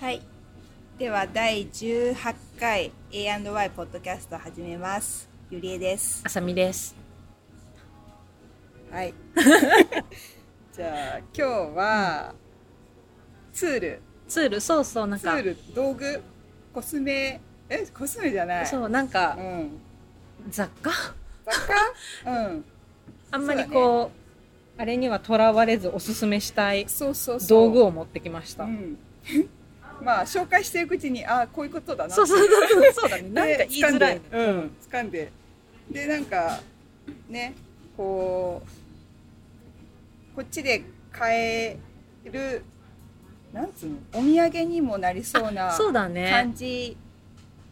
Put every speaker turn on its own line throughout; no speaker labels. はい。では第18回 A&Y ポッドキャスト始めます。ゆりえです。
あさみです。
はい。 じゃあ今日はツール、
ツール、そうそう、なん
ツ
か
ー、ル、道具、コスメ、えコスメじゃない。
そう、なんか
う、ん。
雑貨
雑貨？うん。
あんまりこう、あれにはとらわれずおすすめしたい
そうそうそう。
道具
を。
を持ってきました。
うん。 まあ紹介していくうちにああこういうことだなって
そうそうそう、そうだね。なんか
で
言いづらい、
掴んで
ね。
うん掴んででなんかねこうこっちで買えるなんつうのお土産にもなりそうな
そうだね。
感じ、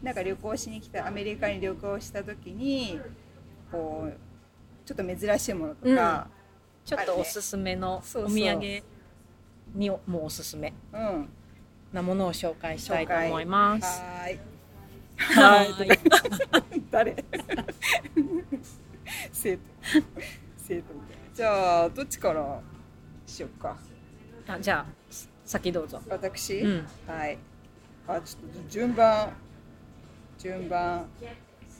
なんか旅行しに来たアメリカに旅行した時にこうちょっと珍しいものとか、
ちょっとおすすめのお
そうそ
土
う
産にもうおすすめ
うんは
なものを紹介したいと思います。
ーい
は
はーい
ーい。
誰 生徒生徒みたいなじゃあどっちからしよっか
あじゃあ、先どうぞ。
私、
うん。
はいあちょっと順番順番あ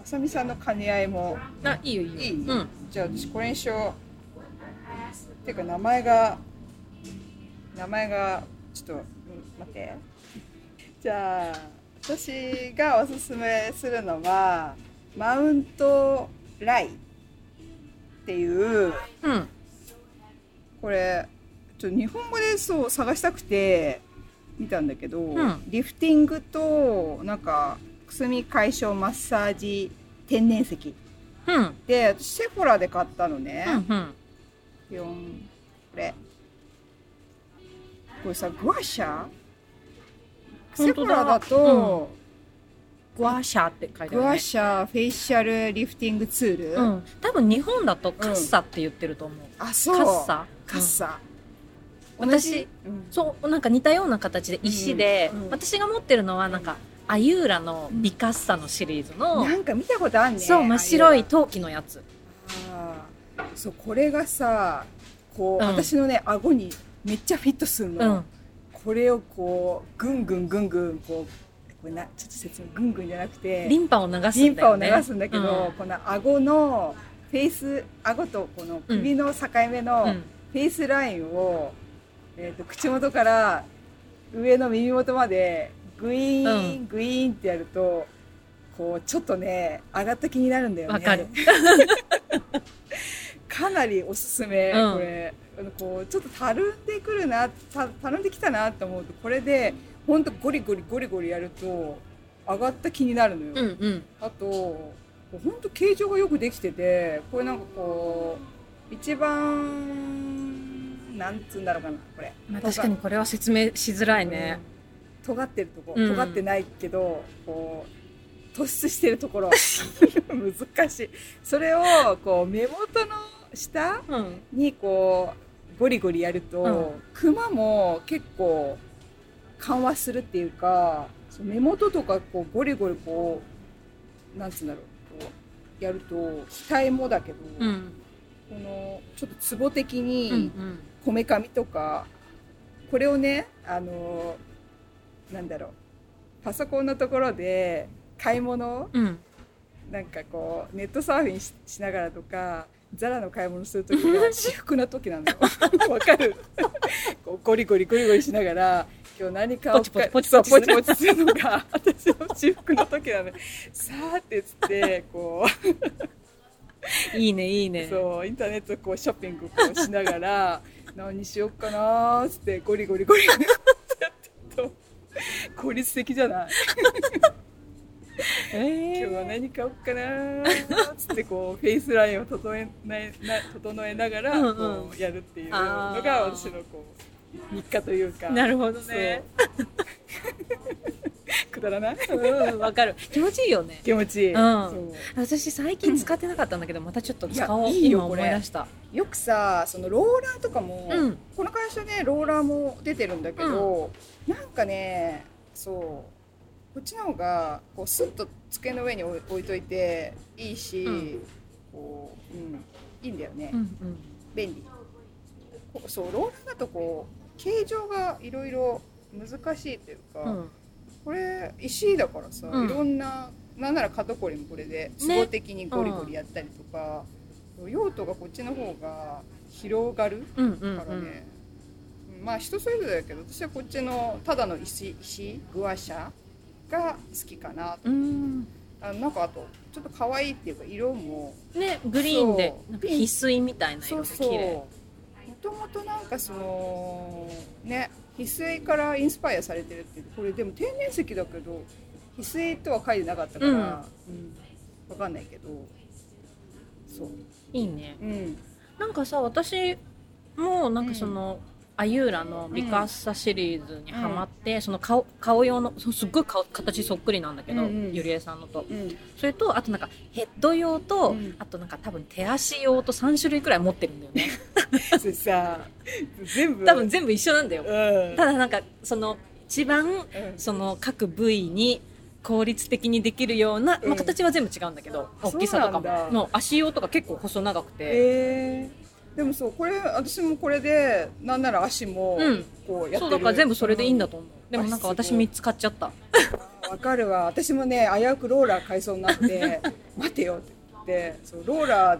さみさんの兼ね合いも
あ、いいよいいよ。
いい、
うん。
じゃあ私これにしようっていうか名前が名前がちょっとうん待ってじゃあ私がおすすめするのはマウントライっていう
うん。
これちょっと日本語でそう探したくて見たんだけど、
ん
リフティングとなんかくすみ解消マッサージ天然石
うん。うん。
で私セフォラで買ったのね、
うん。
四これこれさグアシャセフ
本当だ
ォラだと、
グワシャーって書いてある、ね。
グアシャフェイシャルリフティングツール、
うん、多分日本だとカッサって言ってると思う、
あそう
カッサ
カッサ
うん
同じ
私
うん
そうなんか似たような形で石で、
うんうん
私が持ってるのはなんか、アユーラのビカッサのシリーズの、
なんか見たことあんね
そう真っ白い
あ
陶器のやつ
あーそうこれがさこう、
うん
私のね顎にめっちゃフィットする
う
の、
ん
これをこうぐんぐんぐんぐんこうこれなちょっと説明ぐんぐんじゃなくて
リンパを流すんだよ、ね、
リンパを流すんだけ
う
ど、この顎のフェイス顎とこの首の境目の
んう
フ
ん
ェイスラインを、えー、と口元から上の耳元までグイーン、
う
グイーンってやるとこうちょっとね上がった気になるんだよね。
わかる
かなりおすすめ、
うん
これあのこうちょっとたるんでくるなたたるんできたなと思うとこれでほんとゴリゴリゴリゴリやると上がった気になるのよ。
うんうん
あと本当形状がよくできててこれなんかこう一番なんつうんだろうかなこれ、
まあ、確かにこれは説明しづらいね、
うん尖ってるとこ
うん
尖ってないけど、こう突出してるところ 難しいそれをこう目元の下
うん
にこうゴリゴリやると、
うん
クマも結構緩和するっていうかそう目元とかこうゴリゴリこうなんつうんだろうこうやると額もだけど、
うんうん
このちょっとツボ的
うん
にこめかみとか、これをねあのなんだろうパソコンのところで買い物
うん
なんかこうネットサーフィンししながらとかザラの買い物する時は私服の時なのよわかるこうゴリゴリゴリゴリしながら今日何かを
ポチポチポチ
そう
ポ
ポ
チ
チポチするのが私の私服の時なのよさーってつってこ
いいねいいうね
そうインターネットこうショッピングこうしながら何しよっかなーっつってゴリゴリゴリゴリってやってると効率的じゃない
え
今
ー
日は何買おうかなーっつってこうフェイスラインを整えなな整えなが
うんう
ら
ん
こうやるっていうの
あー
が私のこう日課というか
な
る
るほどね
そう くだらない
うんうんわかる気持ちいいよね
気持ちいい、
うん
そ
私最近使ってなかったんだけど、またちょっと使お
いや
う
いいよ
今思い出した
うよくさそのローラーとかも、
うん
この会社ねローラーも出てるんだけど、なんかねそうこっちの方がこうスッと机の上に置い置いといていいし、
うん
こううん、いいんだよね。
うんうん
便利こそうローラーだとこう形状がいろいろ難しいというか、
うん
これ石だからさ、
うん
いろんななんなら角こりもこれで
ね
壺的にゴリゴリやったりとか、用途がこっちの方が広がる
うんうん
からね、まあ人それぞれだけど私はこっちのただの石石グアシャが好きかな
うんうん
あなんかあとちょっと可愛いっていうか色も
ねグリーンで
そう
なんか翡翠みたいな色が綺麗
もともとなんかそのね翡翠からインスパイアされてるってこれでも天然石だけど翡翠とは書いてなかったから、
う
うんん分かんないけどそう
いいね
うん
なんかさ私もなんかその、アユーラのミカッサシリーズにハマって、その顔顔用のそうすっごい顔形そっくりなんだけど、
うんうん
ゆりえさんのと
うん
それとあとなんかヘッド用と、
うん
あとなんか多分手足用と3種類くらい持ってるんだよね
それさ全部
多分全部一緒なんだよ、
うん
ただなんかその一番
うん
その各部位に効率的にできるような、
う
まあ、
ん
形は全部違うんだけど、
あ
大きさとか
そうなん
も
だ
の足用とか結構細長くて、
えーでもそうこれ私もこれでなんなら足も
うん
こうやってる、
そうだから全部それでいいんだと思う、でもなんか
あすごい
私3つ買っちゃった
わかるわ私もね危うくローラー買いそうになって 待てよって言ってそうローラー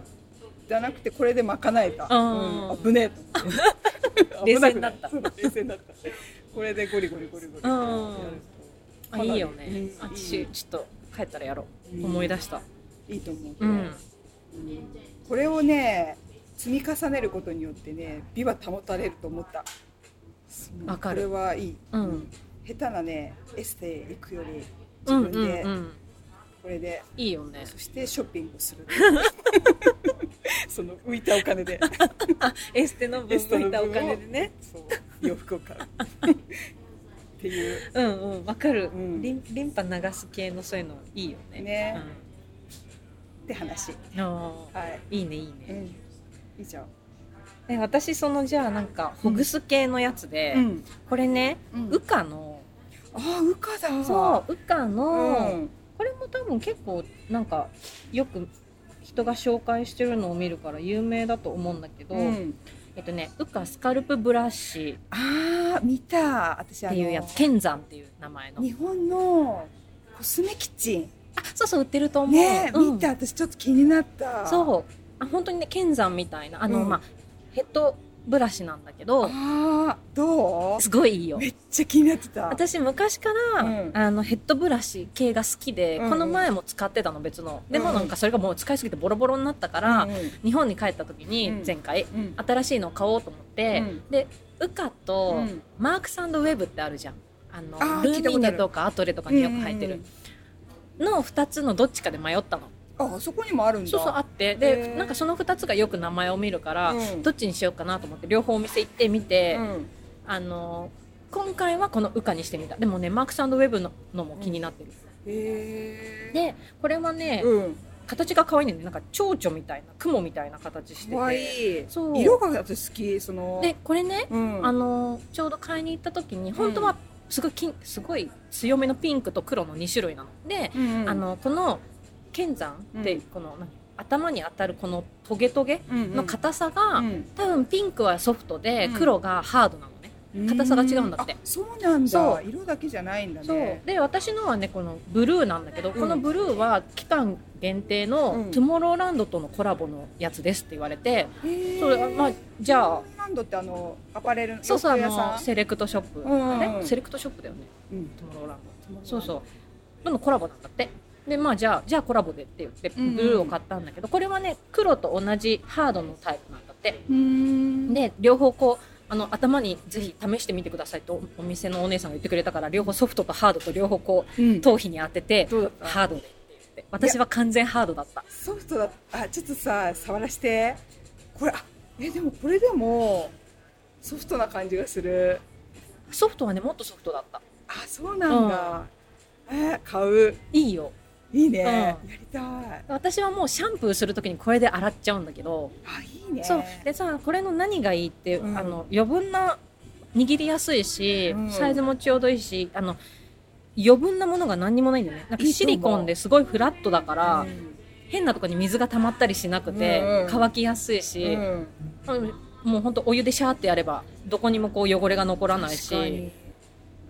じゃなくてこれで賄えた、
うん
うん、危ねえと思って
冷静になった
危くいそう冷静になったこれでゴリゴリゴリゴリ
う
や
ん
るか
あ
ないり
いよね、
うん
あ
いい
私ちょっと帰ったらやろう、
うん
思い出した
といいと思う、
うん、
うんこれをね積み重ねることによってね美は保たれると思った
わかる
これはいい、
うん
下手なねエステ行くより
う
自
ん
分
うん
で
うん
これで、
いいよね
そしてショッピングを するその浮いたお金で
エステの分
エステ
抜
の
いたお
分を
金でね
そう洋服を買うっていう
うんうんわかる、
うん
リンリンパ流す系のそういうのいいよね
ねって話
うん、あー
はい、
いいねいいうね、
ん、以上
え私そのじゃあなんかホグス系のやつで、
うん、
これねウカの
ああウカだ
そうウカの、
ん、
これも多分結構なんかよく人が紹介してるのを見るから有名だと思うんだけど、
うん、
えっとねウカスカルプブラシ
ああ見た私
っ
あ
て
の
いうやつ剣山っていう名前の
日本のコスメキッチン
あそうそう売ってると思う、
ね、
うん
見た私ちょっと気になったう
そうあ本当にね剣山みたいなあの、
うん
まあヘッドブラシなんだけど
ああど
すごいいいうよ
めっちゃ気になってた
私昔から、
うん
あのヘッドブラシ系が好きで、
うんうん
この前も使ってたの別ので
う
も
んうん
なんかそれがもう使いすぎてボロボロになったか、
からうん
日本に帰った時に
うん
前回、
うん
新しいのを買おうと思っ
う
て、
ん
でウカと、
うん
マークスウェブってあるじゃんあの
あー
ル
聞いた
ミ
ことある
ネとかアトレとかによく入ってる、の2つのどっちかで迷ったの
うんうんああそこにもあるんだ
そうそうあってで
へー
なんかその2つがよく名前を見るから、
うん
どっちにしようかなと思って両方お店行ってみて、
うん
あの今回はこのウカにしてみたでもねマークスウェブののも気になってる、
へえ
でこれはね、
うん
形が可愛いんだよねなんか蝶々みたいな雲みたいな形して
かわい
て
い
そう
色が私好きその
でこれね、
うん
あのちょうど買いに行った時に本当
う
はすごい金すごい強めのピンクと黒の2種類なので、
うんうん
あのこの剣山って、
うん
この何頭に当たるこのトゲトゲ
うんうん
の硬さが、
うん
多分ピンクはソフトで、
うん
黒がハードなのね、硬さが違うんだって
あそうなん
そ
だ
う
色だけじゃないんだね
そうで私のはねこのブルーなんだけど、このブルーは期間限定の、
うん
トゥモローランドとのコラボのやつですって言われて、
へえ
それまあじゃあ
フィンランドってあのアパレル
そうそうあ
洋服屋
の
さん
セレクトショップ、
うん
あれセレクトショップだよね
うん
トゥモローランドそうそう。とのコラボなんだって。で、まあ、じゃあ、じゃあコラボでって言って、ブ
うんうん
ルーを買ったんだけど、これはね、黒と同じハードのタイプなんだって。
うーん
で、両方こう、あの、頭にぜひ試してみてくださいと、お店のお姉さんが言ってくれたから、両方ソフトとハードと両方こ
うん
う、頭皮に当てて、
どうだった
ハードでって言って。私は完全ハードだった。
ソフトだあちょっとさ触らしてこれあえでもこれでもソフトな感じがする
ソフトはね、もっとソフトだった。
あそうなんだ、えー買う
いいよ。
いいね、
うん
やりたいあ
私はもうシャンプーするときにこれで洗っちゃうんだけど、
いいね
そうでさこれの何がいいって、
うん
あの余分な握りやすいし、
うん
サイズもちょうどいいしあの余分なものが何にもないんだよねなんか
いいと思う
シリコンですごいフラットだから、
うん
変なとこに水が溜まったりしなくて、
うんうん
乾きやすいうし、
ん、
もうほんとお湯でシャーってやればどこにもこう汚れが残らない
確か
し
に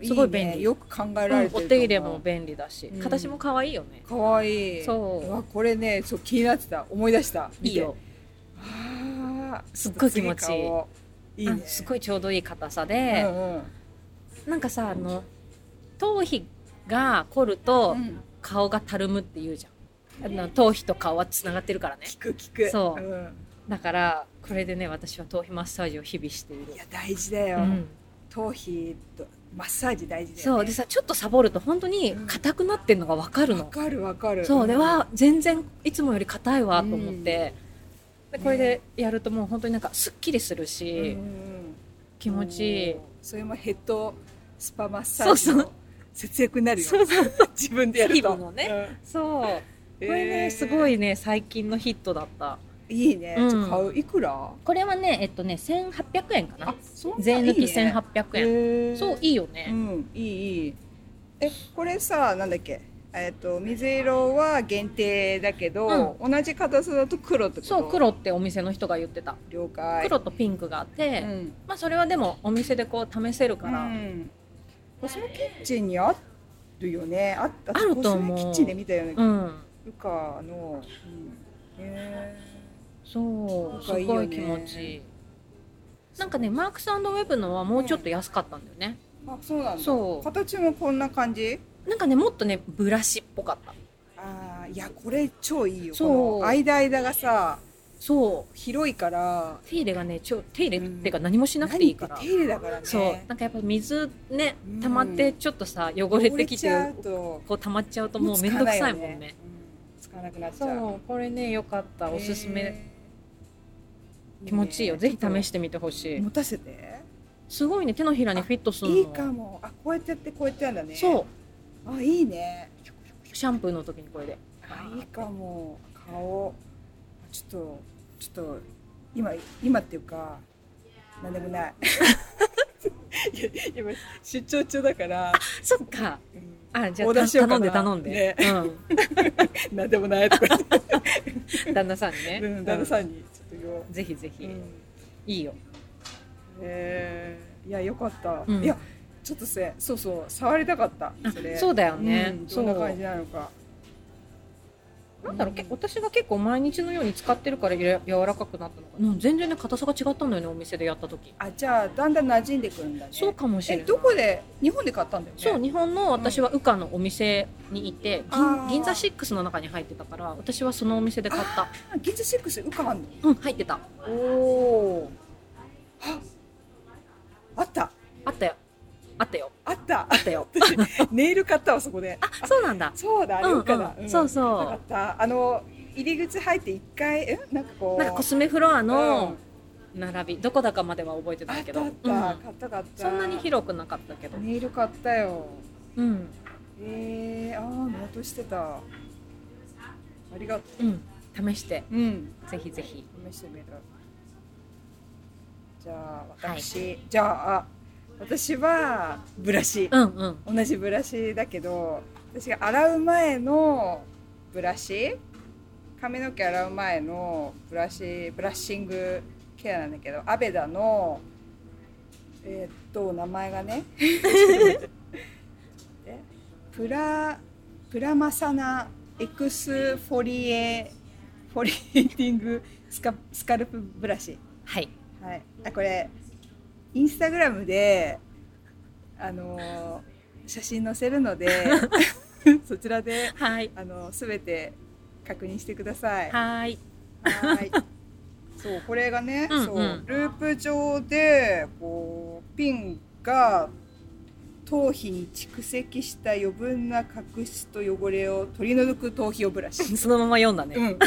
すごい便利
ねよく考えら
う
れ
ん
て
お
ると思う、
手入れも便利だし、
うん
形も可愛いよね
かわいい
そう
わこれねそう気になってた思い出した
いいよ
あー
すっごい気持ちい
次
い
買おういいね
うんすごいちょうどいい硬さ
うん
で、なんかさあの頭皮が凝ると
うんうん
顔がたるむって言うじゃん、あの頭皮と顔はつながってるからね
聞く聞く
そうんだからこれでね私は頭皮マッサージを日々している
いや大事だよ、
うん
頭皮とマッサージ大事だ
そ
よ、
う
ね、
でさちょっとサボると本当に硬くなってんのが分かる
わ
の、
かるわかる
そうで
ん
わあ全然いつもより硬いわと思って、でこれでやるともう本当になんかすっきりする
うんうん
し、
うん
気持ちいい
おーそれもヘッドスパマッサ
そう
ージ
そう
の節約になるよ
そうそう
自分でやると
日々のね
うん
そうこれね、
えー
すごいね最近のヒットだった
いいね、
うん
ちょっと買ういくら
これはねえっとね1800円かな
そんないい
税抜き
ね
1800円
へー
そういいよ
う
ね、
んいいいいえこれさなんだっけえっ、と水色は限定だけど、同じ硬さだと黒ってこと
そう黒ってお店の人が言ってた
了解
黒とピンクがあって、
うん
まあそれはでもお店でこう試せるから、
うん、コスメキッチンにあるよねあった
あると思う
コスメキッチンで見たよね、
うん
ルカの、うん、へ
そうす
なんかいいよ
ご
ね
い気持ちいいなんかねマークスウェブのはもうちょっと安かったんだよね、
ーあそうなんだ
そう
形もこんな感じ
なんかねもっとねブラシっぽかった
あーいやこれ超いいよ
そう
この間間がさ
そう
広いから
手入れがねちょ手入れっていうか何もしなくていいから、
何って手入れだからね
そうなんかやっぱ水ね
うん
溜まってちょっとさ汚れて
汚
き
れちゃ
て
うと
こう溜まっちゃうともうめんどくさいもんね
つかないよねうんつかなくなっち
そ
ゃう
うこれねよかったおすすめ
へー
気持ちいいよぜひ試しててみてほしい
持たせて
すごいね手のひらにフィットするの
いいかもあこうやってやってこうやってやんだね
そう
あいいね
シャンプーの時にこれで
あいいかも顔ちょっとちょっと今今っていうかなんでもない いや今出張中だから、
そっか
うん
あじゃ
オ
あ
ーダー
た
しようか
頼ん
な
で頼んで、
なんでもないとか言って
うん、旦那さんにね、
うん旦那さんにちょっと言おう
うんぜひぜひ、
うん
いいよ
へえいやよかった、
うん
いやちょっとせそうそう触りたかったそれ
そうだよね、
うん
そ
ど
うん
な感じなのか
なんだろう、け私が結構毎日のように使ってるからや柔らかくなったのかな、うん全然ね硬さが違ったんだよねお店でやった時
あじゃあだんだん馴染んでくるんだね
そうかもしれ
え
ない
どこで日本で買ったんだよね
そう日本の私は羽化のお店にいて、銀
あー
銀座6の中に入ってたから私はそのお店で買った
あギズシックスウカハンの
うん入ってた
おおああった
あったよあったよ
あった
あったよ
ネイル買ったわそこで
あそうなんだ
そうだ
うんうん
ルカだ、ん
そうそう
よかったあの入り口入って一回えなんかこう
なんかコスメフロア
うん
の並び、どこだかまでは覚えて
あっ
ないけど
たあった、
うん
買った買った
そんなに広くなかったけど、
ネイル買ったよ
うん
えー、ああ見落としてたありがと
うん試して
ううん
ぜひぜひ
試してみるじゃあ私、じゃああ私はブラシ
うんうん
同じブラシだけど私が洗う前のブラシ髪の毛洗う前のブラシブラッシングケアなんだけどアベダのえーっと名前がね ちょっと待ってえプラプラマサナエクスフォリエフォリエーティングスカスカルプブラシ
はい
はい、あこれインスタグラムで、あのー写真載せるので そちらで、
はい
あのー、全て確認してください。は
はい
いそうこれがね、
うんうん
そうループ状でこうピンが頭皮に蓄積した余分な角質と汚れを取り除く頭皮用ブラシ。
そのまま読んだね、
うん、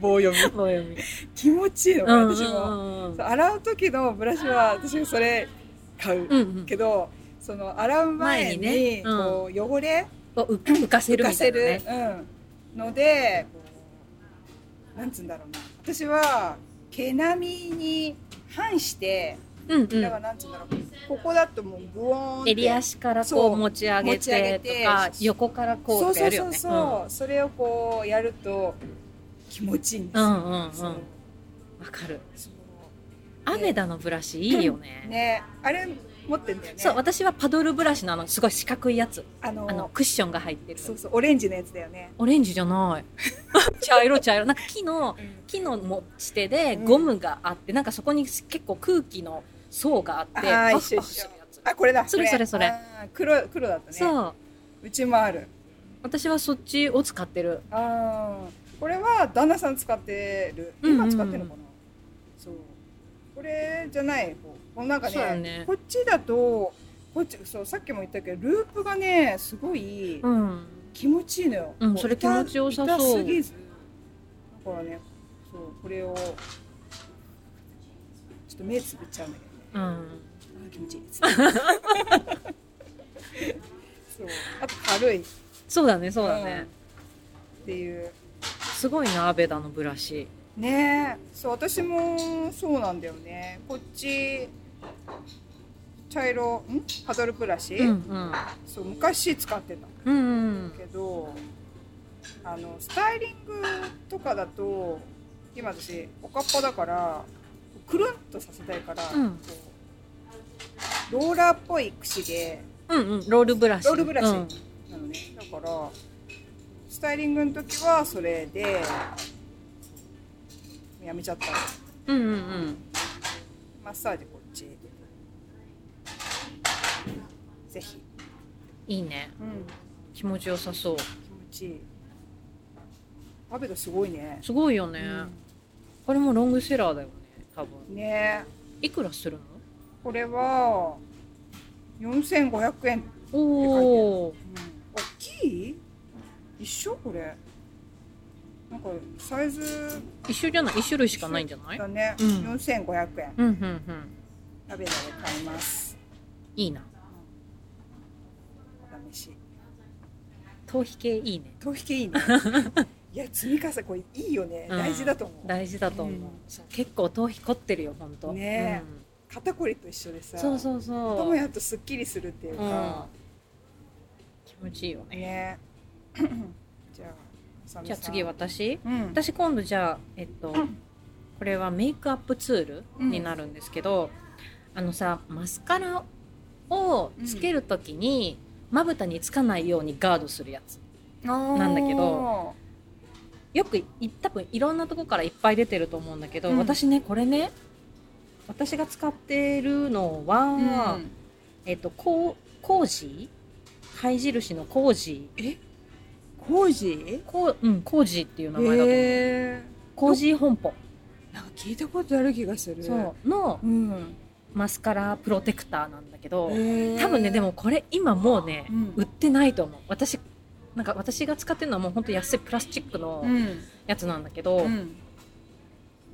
棒読み
棒読み
気持ちいいのこ
う
れ
んうん
私も。
うん
そう洗う時のブラシは私それ買う、
うんうん
けどその洗う前に
前にねうん
こう汚れ
を浮か浮かせ
浮
る
か
みたい
せ
な
る、
ね
うん、のでこうなんつうんだろうな私は毛並みに反して
うんう
だから
ん
なんつうんだろうここだともうグオーンって
襟足からこ
そう
う持ち上げ
持ち上げ
て
て
とか横からこうってやるよね
そうそうそうそう、それをこうやると気持ちいいんです
うんう
よ、
んうんうんわ
そう
かる
そう
アメダのブラシいいよね
ねあれ持ってんだよね
そう私はパドルブラシのあのすごい四角いやつ
あの
あのクッションが入ってる
そうそうオレンジのやつだよね、
オレンジじゃ ない茶色茶色なんか木の木の持ち手でゴムがあって、なんかそこに結構空気の層があって
あー
パフ
一緒一緒
パフするやつ
あこれだ
それ
こ
それそれ
あー黒黒だったね
そう
うちもある
私はそっちを使ってる
あーこれは旦那さん使ってる
うんうん
今使ってるのかな、そうこれじゃない方このなんか
そうだ
ね
ね
こっちだとこっちそうさっきも言ったけどループがねすごい
うん
気持ちいいのよ、
うん
も
それ気持ちよさそう
痛すぎずだからねそうこれをちょっと目つぶっちゃうんだけどね
うん
あー気持ちいいです そうあと軽いそ
そうだねそうだね、
っていう
すごいなアベダのブラシ
ねえそう私もそうなんだよねこっち茶色んパドルブラシ、
うんうん
そう昔使ってた
うんうん
けどあのスタイリングとかだと今私おかっぱだからくるんとさせたいから、
うん
こうローラーっぽい櫛で
うんうんロールブラシ
ロールブラシ
うん
なのねだからスタイリングの時はそれでやめちゃった
うんうんうん
マッサージこっちぜひ、
いいね
うん、
気持ちよさそう
気持ちいいアベドすごいね
すごいよね、これもロングセラーだよね多分
うんねえ
いくらするの
これは4500円、
おお
大きい一緒これなんかサイズ
一緒じゃない一種類しかないんじゃない
だね、
うん
4500円
うんうんうん
アベドで買います
いいな
お試し
頭皮系いいね
頭皮系い いねいや積み重ねこれいいよね、
うん
大事だと思う
大事だと思う、
うん
そう結構頭皮凝ってるよほんと
ね肩こりと一緒で
う
さ
ん、そうそうそ
も
う
やとすっきりするっていう
うん
か、
気持ちいいよね
ねじゃあ浅見さん
じゃあ次私
うん
私今度じゃあえっと、これはメイクアップツールになるんですけど、あのさマスカラをつけるときにまぶたにつかないようにガードするやつ
なん
だけどよくい多分いろんなとこからいっぱい出てると思うんだけど、
うん
私ねこれね私が使ってるの
う
は、
ん
えっとこうコージー貝印のコージー
工事
こう、うん、コージーっていう名
へ
前だと思う、
え
コージー本舗
なんか聞いたことある気がする
そうの
うん
マスカラプロテクターなんだけど、
多
多分ねでもこれ今もうね、
うん
売ってないと思う私なんか私が使ってるのはもうほんと安いプラスチックの
うん
やつなんだけど、
うん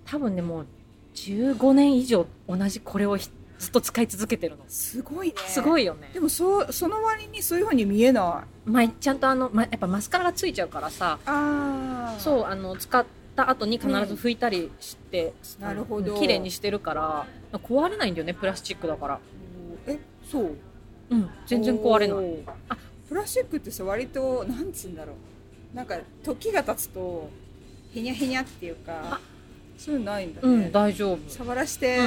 多分ねもう15年以上同じこれをひずっと使い続けてるの
すごいね
すご
い
いよね
でもそうその割にそういうふうに見えない
まあ、ちゃんとあの、ま、やっぱマスカラがついちゃうからさ
あう
そうあの使った後に必ず拭いたりして、
なるほど
うん綺麗にしてるから壊れないんだよねプラスチックだから
えそう
うん全然壊れない
おー
あ
プラスチックってさ割となんつうんだろうなんか時が経つとへにゃへにゃっていうか
あ
そういうのないんだ
う
ね
ん、大丈夫
触らして、
うん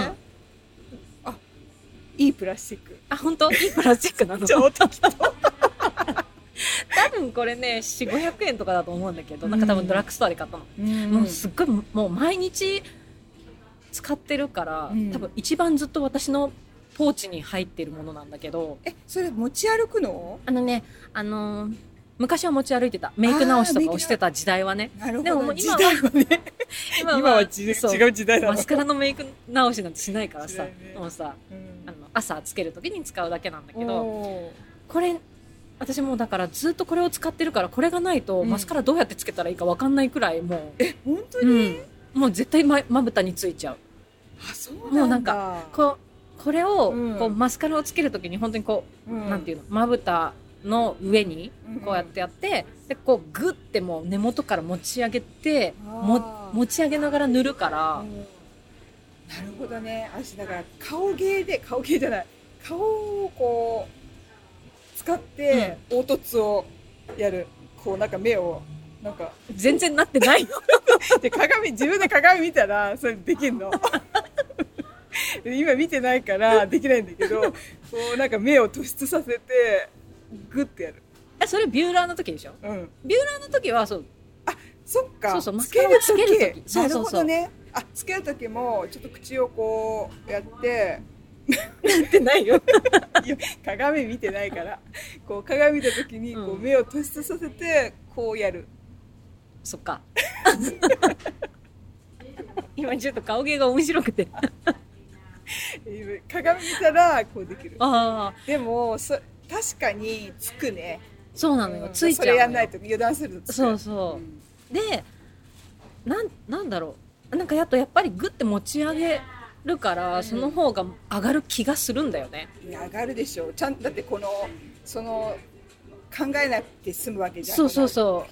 あいいプラスチック
あ本当いいプラスチックなの
超適当
多分これね4500円とかだと思うんだけどなんか多分ドラッグストアで買ったの、も
も
うすっごいもう毎日使ってるから、
うん
多分一番ずっと私のポーチに入ってるものなんだけど
えそれ持ち歩くの
あのねあのー昔は持ち歩いてたメイク直しとかをしてた時代はね
なるほど
でももう今は
はね
今は
時
そう
う時代
マスカラのメイク直しなんてしないから
し
さ、
ないね
もうさ
うん
あの朝つける時に使うだけなんだけど
おー
これ私もうだからずっとこれを使ってるからこれがないと
うん
マスカラどうやってつけたらいいかわかんないくらいもう
え本当に、
うん、もう絶対ままぶたについちゃう
あそうなんだ
もうなんこうこれを、
うん
こうマスカラをつけるときに本当にこ
う
う、
ん、
なんていうのまぶたの上に
うん
こうやってやって、でこうグッてもう根元から持ち上げて
あ
も
ー
持ち上げながら塗るから、
うんなるほどね私だから顔芸で顔芸じゃない顔をこう使って凹凸をやる、こうなんか目をなんか
全然なってな いの
で鏡自分で鏡見た らそれできんの今見てないからできないんだけどこうなんか目を突出させてグッてやる
えそれビューラーの時でしょ
うん
ビューラーの時はそう
そっか
そうそう
つける
マスカラをつける時
時
そう
な
そ
る
う
ほ
そう
どねあつける時もちょっと口をこうやってなって
ないよ
鏡見てないからこう鏡見た時にこう
うん
目を突出させてこうやる、
そっか今ちょっと顔芸が面白くて
えー鏡見たらこうできる
ああ
でもそ確かにつくね
そうなの
う
よ
ん
ついちゃ
そ
うのよ
れやんないと油断するとつく
そうそう、
ん
でなんなんだろうなんかやっとやっぱりグッて持ち上げるから、
うん
その方が上がる気がするんだよね
いや上がるでしょうちゃんだってこのその考えなくて済むわけじゃん
そうそう
う
そ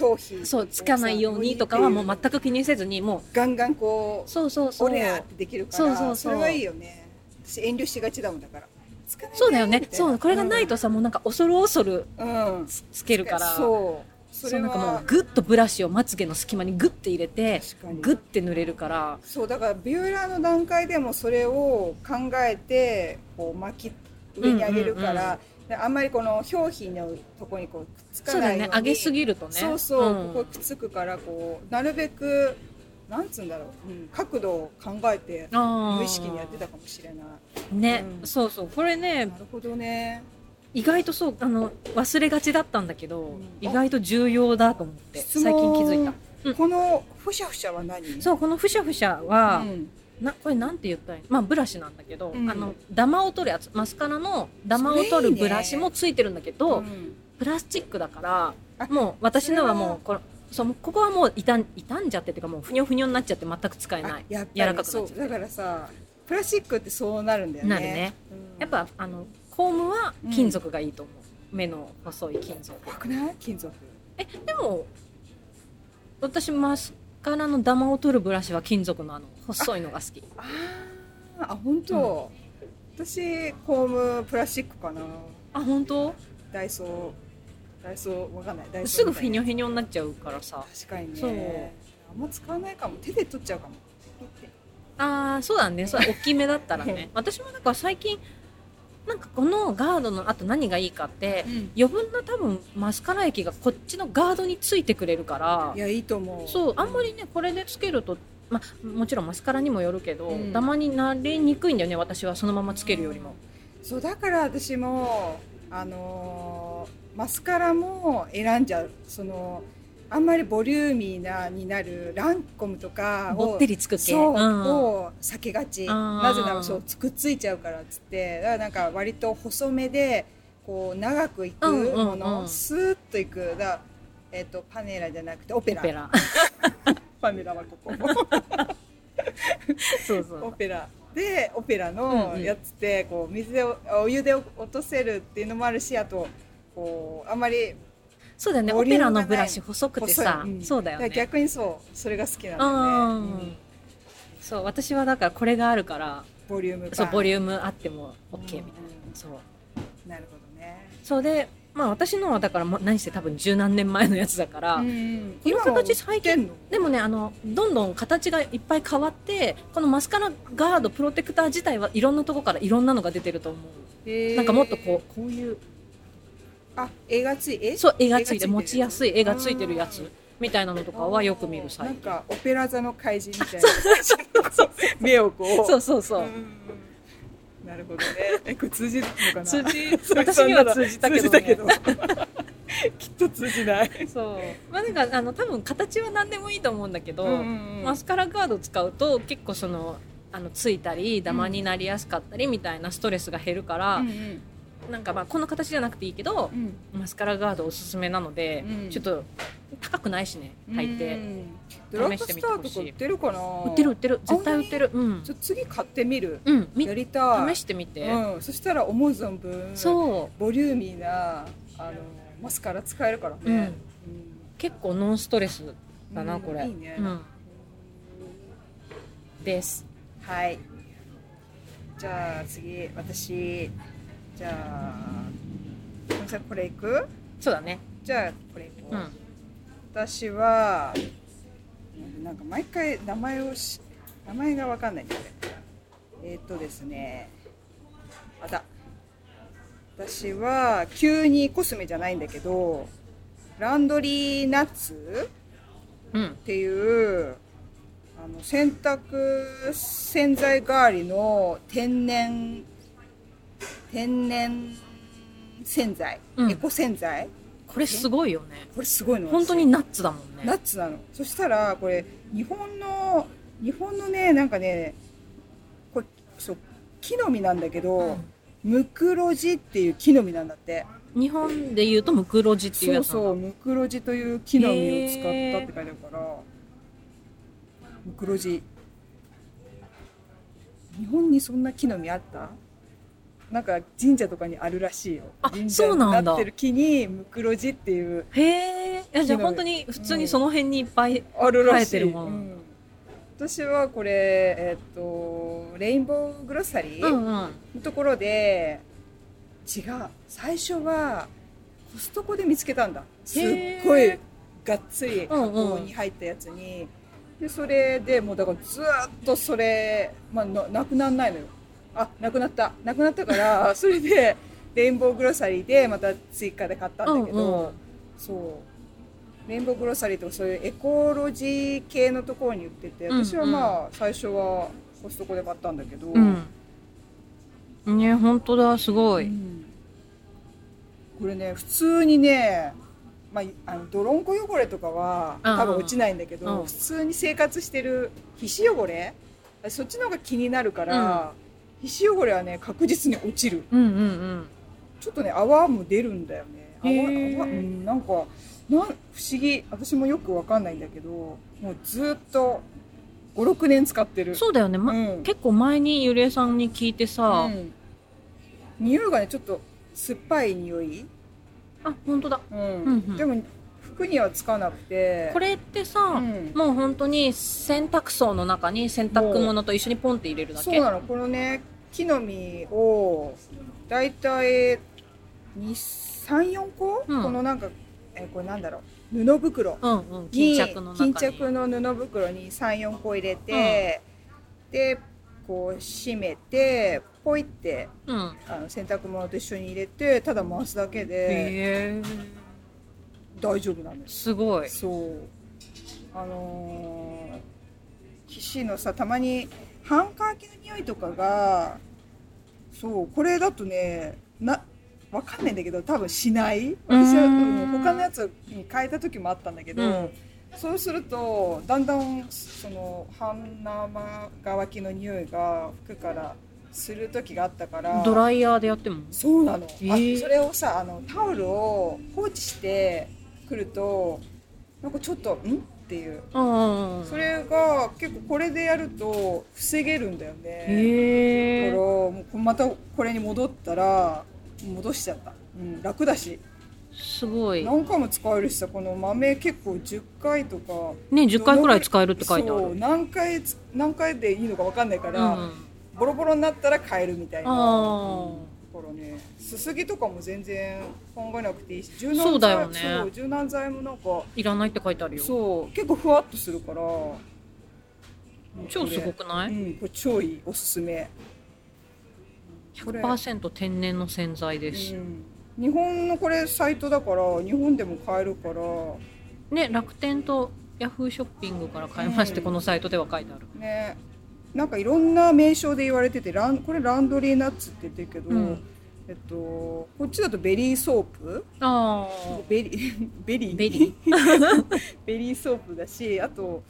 表
う
皮
そうつかないようにとかはもう全く気にせずにも
ガンガンこ
う
う
そうそうそ
オ
う
レアってできるから
そうそうそう
れはいいよね私遠慮しがちだもんだからつかない
そうだよね
みたいな
そうこれがないとさ、もうなんか恐る恐る
うん
つつけるから
そうそ
そ
れ
うなんかも
は
うグッとブラシをまつげの隙間にグッて入れて
確かに
グッて塗れるから
そうだからビューラーの段階でもそれを考えてこう巻き上に上げるから、
うんうんうん
であんまりこの表皮のとこにこうくっつか
そう
な
だよ
いように
ね上げすぎるとね
そうそう、
ん
ここくっつくからこうなるべくなんつうんだろう、うん角度を考えて
あー
無意識にやってたかもしれない
ね、
うん
そうそうこれね
なるほどね
意外とそうあの忘れがちだったんだけど、
ん
意外と重要だと思って
質問
最近気づいた、うん
このふしゃふしゃは何
そうこのふしゃふしゃ
う
は、
ん
なこれなんて言ったらいいのまあブラシなんだけど、
うん
あのダマを取るやつマスカラのダマを
そ
取
れい
る
いね
ブラシもついてるんだけど、
うん
プラスチックだか
あ
らもう私のはもう
そ
これそうもうここはもう傷ん傷んじゃってっていうかもうふにょふにょになっちゃって全く使え
あ
ない
やっぱり
柔らかくなっちゃ
そううだからさプラスチックってそうなるんだよね
なるね、
うん
やっぱあのコームは金属がいいと思う、目の細い金属
怖くない金属
えでも私マスカラのダマを取るブラシは金属のあの細いのが好き
あーあ本当、私コームプラスチックかな
あ本当
ダイソーダイソーわかんないダイソー
すぐフィニ
ョ
ョフィニョになっちゃうからさ
確かにね
そう
あんま使わないかも手で取っちゃうかもピッて
ああそうだねそう大きめだったら ね私もなんか最近なんかこのガードのあと何がいいかって余分な多分マスカラ液がこっちのガードについてくれるから
いやいいと思う
そうあんまりねこれでつけると、ま、もちろんマスカラにもよるけど、
うん
ダマになりにくいんだよね私はそのままつけるよりも。
そうだから私もあのーマスカラも選んじゃうそのあんまりボリューミーなになるランコムとかを
ぼってりつく系
そう、
ん
を避けがち
あー
なぜならそうつくっついちゃうからっつってだからなんか割と細めでこう長くいく
うんうんうん
もの、スーッといくだから、えっとパネラじゃなくてオペラ
オペラ
パネラはここ
そうそ
オ
う
ペラでオペラ
うん
の
うん
やつでこう水でおお湯で落とせるっていうのもあるしあとこうあんまり
そうだよねオ
ボリュ
ペ
ームがな
ラ
い
のブラシ細くてさ、
細いうん
そうだ
だ
よ
から
ね
逆にそうそれが好きなんだ
う
よね
ん、
うん
そう私はだからこれがあるから
ボリュームが
そうボリュームあっても OK みたいな、
うん
そう
なるほどね
そうでまあ私のはだからもう何せ多分十何年前のやつだから、
うん
この
今も
形最近
売ってんの
でもねあのどんどん形がいっぱい変わってこのマスカラガードプロテクター自体はいろんなとこからいろんなのが出てると思う、なんかもっとこうこういう
うあ絵がつい絵
そう絵がついて
絵がついてる
持ちやすい絵がついてるや
う
つ
ん
みたいなのとかはよく見る
な
最
ん
近
かオペラ座の怪人みたいな 目をこう
そうそうそう、
んんうんなるほどねえこれ通じるのかな
通じ
それ
私には通じたけど,、ね、
通じたけど きっと通じない
そうまあなんかあの多分形は何でもいいと思うんだけど、マ
マス
スカラガード使うと結構そのあのついたりダマになりやすかったりみたいなストレスが減るから、なんかまあこの形じゃなくていいけど、マスカラガードおすすめなので、
うん
ちょっと高くないしね
入
大
って
抵、
ドラッグストアとか売ってるかな
売ってる売ってる絶対売ってるうん
ちょっと次買ってみる
うんみ
やりたい
試してみて、
うんそしたら思う存分
そ
ボリューミーなあのマスカラ使えるから
う、うん
ね、
結構ノンストレスだな
うん
これ
いいね、
うん、です
はいじゃあ次私じゃあこさんこれいく
そうだね
じゃあこれいこう、
うん
私はなんか毎回名前をし名前がわかんないんだよねえーっとですねあた私は急にコスメじゃないんだけどランドリーナッツ
うん
っていうあの洗濯洗剤代わりの天然天然洗剤、
うん
エコ洗剤
これすごいよね
これすごいの
本当にナッツだもん
ナ
ね
ッツなのそしたらこれ日本の日本のねなんかねこれそう木の実なんだけど、
うん
ムクロジっていう木の実なんだって
日本で言うとムクロジってい
そ
うや
う
つなんだ
そうムクロジという木の実を使ったって書いてあるからムクロジ日本にそんな木の実あったなんか神社とかにあるらしいよ
あ
神社
そう
に
なんだ
なってる木にムクロジっていう
へえいやじゃあ本当に普通にその辺にいっぱい、
あるらしい
生えてるもん
うん私はこれえっとレインボーグロッサリー、
うんうん
のところで違う最初はコストコで見つけたんだすっごいがっつり
うんうん
箱に入ったやつに、でそれでもうだからずーっとそれ、まあ、ななくなんないのよあなくなったなくなったから それでレインボーグロサリーでまた追加で買ったんだけど、
うんうん
そうレインボーグロサリーとかそういうエコロジー系のところに売ってて
うんうん
私はまあ最初はコストコで買ったんだけど、
うん。ね、本当だ、すご
う
い。
んこれね普通にね、まあ、あの泥んこ汚れとかは
うんうん
多分落ちないんだけど、
うん
普通に生活してる皮脂汚れそっちの方が気になるから、皮脂汚れはね確実に落ちる
うんうんうん。
ちょっとね泡も出るんだよね泡
へー
泡うんなんかなん不思議私もよくわかんないんだけどもうずっと56年使ってる
そうだよね、ま
うん
結構前にゆりえさんに聞いてさ、
うん匂いがねちょっと酸っぱい匂い
あ、本当だ。
うん
うんうん
でも服にはつかなくて
これってさ、
うん
もう本当に洗濯槽の中に洗濯物と一緒にポンって入れるだ
そう
け。
なのこのね木の実をだいたい34個、
うん
このなんかえこれなんだろう布袋
うんうん、
に
巾着の中に。
巾着の布袋に34個入れて、でこう締めてポイって
うん。
あの洗濯物と一緒に入れてただ回すだけで
へえ
大丈夫なんです
すごい。
そうあのー、岸のさたまにハンカーキの匂いとかがそうこれだとねなわかんないんだけど多分しない私は
うー
うん
ん
他のやつに変えた時もあったんだけど、
うん
そうするとだんだんその半生乾きの匂いが服からする時があったから
ドライヤーでやっても。
そうなの、
ー
あそれをさあのタオルを放置してくるとなんかちょっとんっていう
うんうんうん。
それが結構これでやると防げるんだよねだか
へ
ら
え。
もうまたこれに戻ったら戻しちゃった、うん、楽だし
すごい。ね、
何回も使えるしさこの豆結構10回とか
10回くらい使えるって書いてある。
そう何回つ何回でいいのか分かんないか
う
ら、
ん。
ボロボロになったら買えるみたいな、
あー
うんだからねすすぎとかも全然考えなくていいし柔軟剤
そうだよね
そう柔軟剤もなんか
いらないって書いてあるよ。
そう結構ふわっとするから
超すご
く
くない
うん、これ超いいおすすめ、これ
100%天然の洗剤
う
です、
ん、日本のこれサイトだから日本でも買えるから
ね楽天とヤフーショッピングから買いまして、
うん
このサイトでは書いてある
ねなんかいろんな名称で言われててランこれランドリーナッツって言ってるけど、
うん
えっと、こっちだとベリーソープ
あ
ベリー ベリー
ベリー
ベリーソープだしあと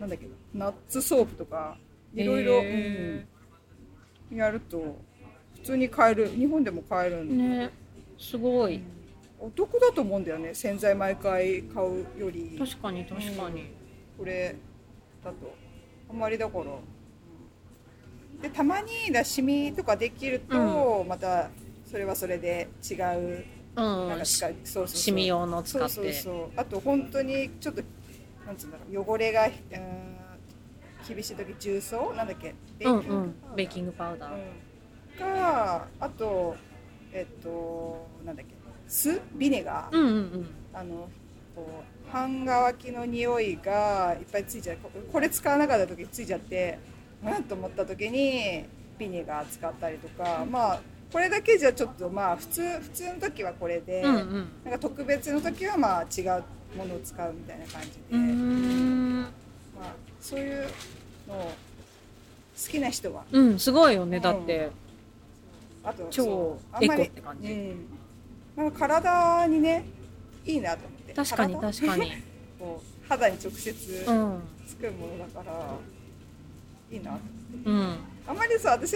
なんだっけナッツソープとかいろいろ
へ
うんやると普通に買える日本でも買える
ー
んで、
ねすごい
お得だと思うんだよね洗剤毎回買うより
確かに確かに、
これだとあんまりだから、うんでたまにだしみとかできると、またそれはそれで違う
うん
なんか
し
使いそうそうそう
シミ用の使
そ
っ
う
て
そうそうあと本当にちょっとなんつうんだろう汚れが、うーん厳しい時重曹なんだっけベ
うん
ーキ
う
ン
ん
グ
ベーキングパウダー、
うんかあとえっとなんだっけ酢ビネガー、
うん、うんうん
あのこう半乾きの匂いがいっぱいついちゃうここれ使わなかった時ついちゃってなんと思った時にビネガー使ったりとかまあこれだけじゃちょっとまあ普通普通の時はこれで、
うんうん
なんか特別の時はまあ違うものを使うみたいな感じで、
うーん
まあ、そういうのを好きな人は
うんすごいよねだって、
あと
超
そうあん
エ
ま
コっ
り
て感
う
じ、
ん、なんか体にねいいなと思って
確かに
体
確かに
こう肌に直接
うん
つくものだから、いいな
うん
あんまりさ私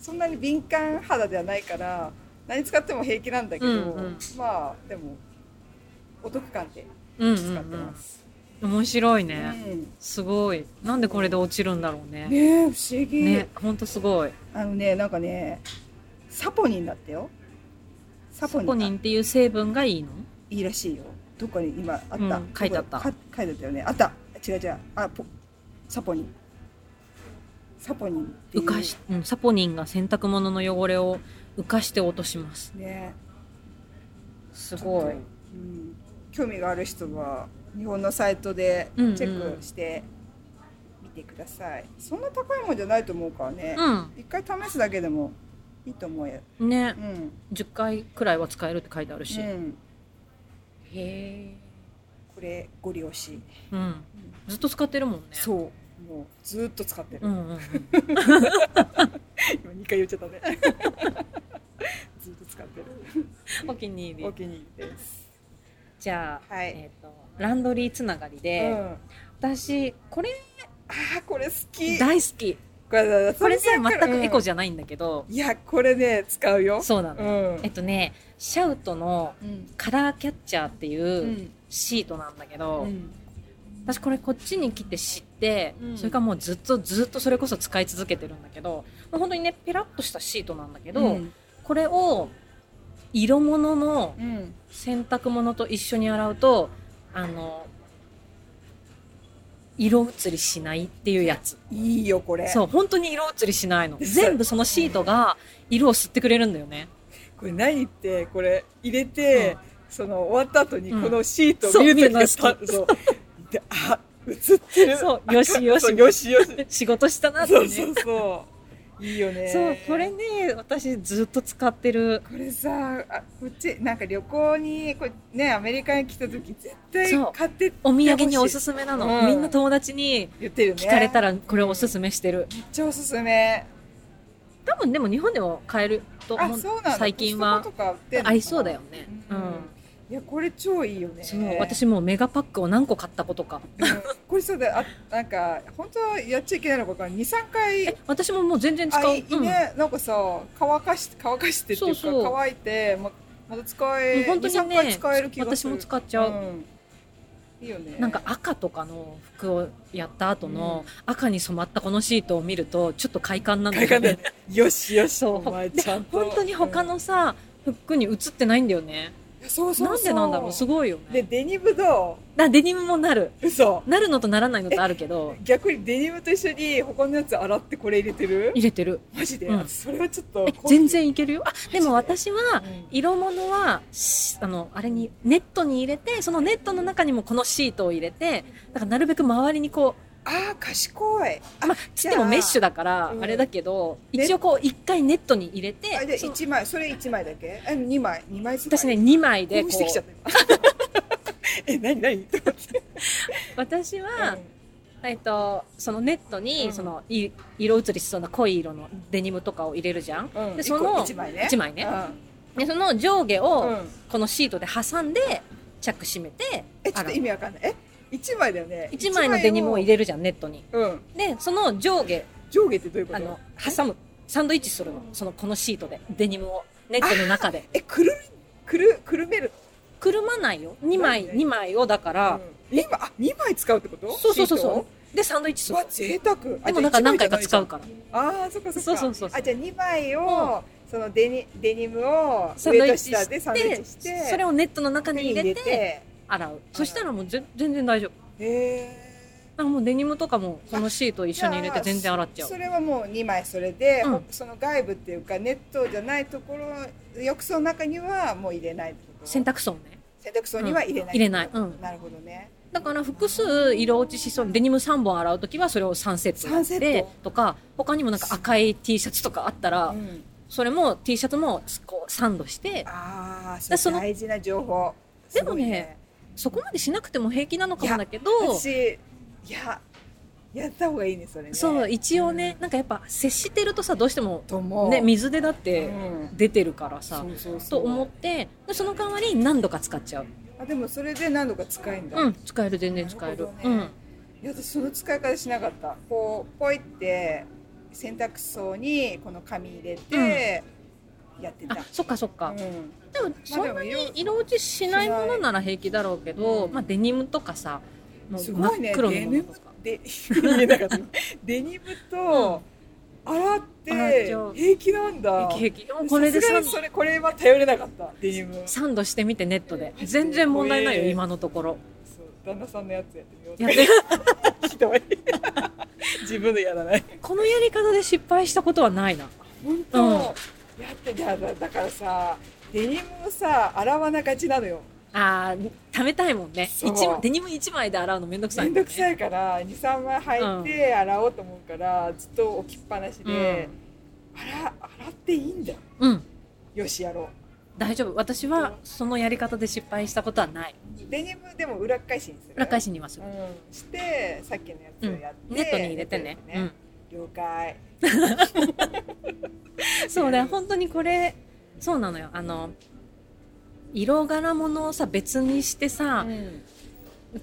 そんなに敏感肌ではないから何使っても平気なんだけど、
うんうん
まあでもお得感で
うんうん、
使ってます、
うん、面白いね、
うん
すごいなんでこれで落ちるんだろうね
ねえ不思議、
ねほんとすごい
あのねなんかねサポニンだってよサポ
サ
ニン
ポニンっていう成分がいいの
いいらしいよどこに今あった、
うん
どこ
書いてあった
か書いてあったよねあった違う違うあポサポニンサポニンっていう
浮かし、うん、サポニンが洗濯物の汚れを浮かして落とします
ね
す
す
ごい、
うん、興味がある人は日本のサイトでチ
うんうん
ェックしてみてください、そんな高いもんじゃないと思うからね、
う
一回試すだけでもいいと思うよ、
んね
うん
10回くらいは使えるって書いてあるし、
う
へ
ん、
え
これご利用し、
うんずっと使ってるもんね
そうもうずっと使ってる、
うんうんうん、
今2回言っちゃったね ずっと使ってる
お気に入
お
り
気に入りです、
じゃあ、
はい
えっとランドリーつながりで、
うん、あ
私これ
あこれ好き
大好き
これ
これさ
さ
全くエコ
じ
じゃないんだけど
ゃ、、いやこれね使うよ
そうな
う
の、
ん
えっとねシャウトの
うん
カラーキャッチャーっていううんシートなんだけど、
うん
私これこっちに来て知って、
うん
それからもうずっとずっとそれこそ使い続けてるんだけどもう本当にねペラッとしたシートなんだけど、
うん
これを色物の
うん
洗濯物と一緒に洗うとあの色移りしないっていうやつ
いいよこれ
そう本当に色移りしないの
そう
全部そのシートが色を吸ってくれるんだよね
これ何ってこれ入れて、
うん
その終わった後に
うん
このシート
そ
を
う
見るとき
見るの
が
好き
そうであ映ってる
そうよしよし
そうよしよし
仕事したなって
そう
ね
そうそういいよね
そうこれね私ずっと使ってる
これさあこっちなんか旅行にこうねアメリカに来た時絶対
そう
買ってって
お土産にお
ほしい
すすめなの、
うん
みんな友達に
言ってるよね
聞かれたらこれおすすめしてる、
めっちゃおすすめ
多分でも日本でも買えると
あ
思う
そうなんだ
最近は
コストコとか売ってんのかな
合いそうだよね
うんいやこれ超いいよね
そう私もうメガパックを何個買ったことか
うんこれそうだよあなんか本当はやっちゃいけないのか分からん23回
え私ももう全然使
あ
う、
いいね、なんかさ乾かし乾かしてっていうか
そうそう
乾いてままた使
うん、もう
え
本当に
23回
ね
使える気がす
私
る
も使っちゃう、
んいいよね
なんか赤とかの服をやった後の赤に染まったこのシートを見るとちょっと快感なんだ
快
よ
感だ
ね
よ ねよしよし
そう
お前ちゃんと
本当に他のさ、服に映ってないんだよね
うんそうそうそう
なんでなんだろうすごいよ
で
ね
デニムど
だデニムもなる
う嘘
なるのとならないのとあるけど
逆にデニムと一緒に他のやつ洗ってこれ入れてる
入れてる
マジで、
うん
それはちょっと
え全、然いけるよあでも
マジ
私は
うん
色物はしあのあれにネットに入れてそのネットの中にもこのシートを入れてだからなるべく周りにこ
ああ賢いう
まあつってもメッシュだから
うん
あれだけど、
ね
一応こう一回ネットに入れて
あで
その
一枚それ一枚だけあ二枚二枚使い
私ね2枚で
こ
こ
うしてきちゃっ
う
た今 え何何と思って
私は、
う
えっと、そのネットに、
うん
そのい色移りしそうな濃い色のデニムとかを入れるじゃん、
んうん
でその
一個一枚ね
一枚ねでその上下
うんう
を
ん
このシートで挟んでチャック閉めて
えちょっと意味わかんないえ一枚だよね
1枚のデニムを入
れ
れるじゃんネットに
うん
でその上下
上下ってどういうこ
あ
と
の挟むサンドイッチするのそのこのシートでデニムをネットの中で
えくるりくるくるめる
くるまないよ2枚
ないね
2枚をだから、
うん今あ二枚使うってこと
そうそうそう
シー
そ
ト
うでサンドイッチす
を
る
わ贅沢
でもなんか何回か使う
か
から
あーそっかそっか
そうそうそうそう
あじゃあ二枚をそのデニデニムを
サンド
上
イッ
と
チして
下でサンドイッチして
それをネットの中に入れて
て
洗うそしたらもうぜ全然大丈夫
へー
だからもうデニムとかもこのシート一緒に入れて全然洗っちゃう
それはもう2枚それで、
うん
ほその外部っていうかネットじゃないところ浴槽の中にはもう入れないってこと
洗濯槽ね
洗濯槽には入れない、
うん入れないうん
なるほどね
だから複数色落ちしそうデニム3本洗う時はそれを3セットやっ
三
て
セット
とか他にもなんか赤い T シャツとかあったら、
うん
それも T シャツもこうサンドして
ああ
だ
そ
そ
れ
の
大事な情報
でもね
すごい
そこまでしなくても平気なのかもだけど
私いややった方がいいねそれね
そう一応ね、
う
なんかやっぱ接してるとさどうしても、
と思う
ね、水でだっ
う
て
ん
出てるからさ、
そうそうそ
と
う
思ってでその代わり何度か使っちゃう、
あでもそれで何度か使えんだ、
う
い
ん、使える全然使え
な
る
るほ
う
どね
ん
や私その使い方しなかったこうポイって洗濯槽にこの紙入れてやってた、
あそっかそっか、
うん
でもそんなに色落ちしないものなら平気だろうけど、
うん
まあ、デニムとかさもう
すごいね
真っ黒のものとか
で 言えなかったデニムと洗っ
洗ってちゃう
平気なんだ
平気もうこれで
さす
サ
が
ン
にそれこれは頼れなかったデニムそ
サンドしてみてネットで全然問題ないよ
えー
今のところ
う旦那さんのやつやってみよう
やって
ひどい 自分のやらない
このやり方で失敗したことはないな
本当、やってだだだからさデニムをさ洗わながちなのよ
あー貯めたいもんね
そう
一枚デニム1枚で洗うのめんどくさい
め
も
ん
ね
どくさいから23枚履いて洗おうと思うから、ずっと置きっぱなしで、洗洗っていいんだ
うん、うん、
よしやろう
大丈夫私はそのやり方で失敗したことはない
デニムでも裏返しにする
裏返しにはする、
うん、してさっきのやつ
う
を
ん
やって、
ネットに入れてね
ネットに入れてね了解
うん、そうね本当にこれそうなのよあの色柄物をさ別にしてさ、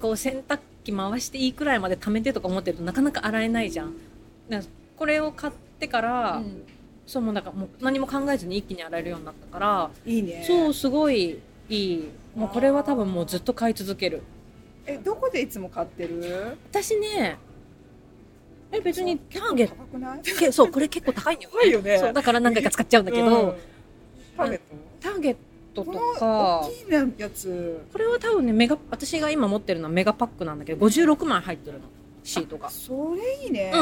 こう洗濯機回していいくらいまで貯めてとか思ってるとなかなか洗えないじゃんだからこれを買ってから、
うん
そうもうなんかもう何も考えずに一気に洗えるようになったから、
いいね
そうすごいいいもうこれは多分もうずっと買い続ける
えどこでいつも買ってる
私ねえ別にターゲット
高くない
けそうこれ結構高いんだよ
高いよね
そうだから何回か使っちゃうんだけど、
うんパレッ
ターゲット
ト
と
こ
か
の大きいなやつ
これは多分ねメガ私が今持ってるのはメガパックなんだけど56枚入ってるのシートが
それいいね、
う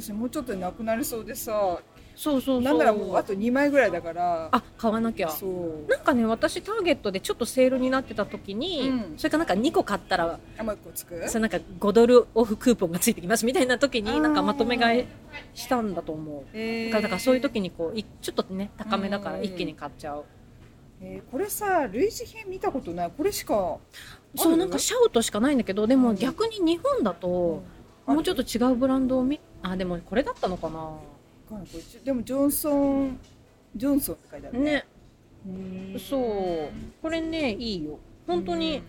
私もうちょっとでなくなりそうでさ
そうそうそう
なんならもうあと2枚ぐらいだから
あ買わなきゃ
そう
なんかね私ターゲットでちょっとセールになってた時に、
うん
それかなんか2個買ったら
あもう一個つく
そのなんか5ドルオフクーポンがついてきますみたいな時
あ
に
ー
なんかまとめ買いしたんだと思う
えー
だからだからそういう時にこういちょっとね高めだから
うん
一気に買っちゃう、
えーこれさ類似品見たことないこれしか
そうなんかシャウトしかないんだけどで
う
も
ん
逆に日本だと
ある
もうちょっと違うブランドを見あでもこれだったのかな
わかんないこれちょでもジョンソンジョンソンって書いてある
ね
ね
そうこれねいいよ本当に
うん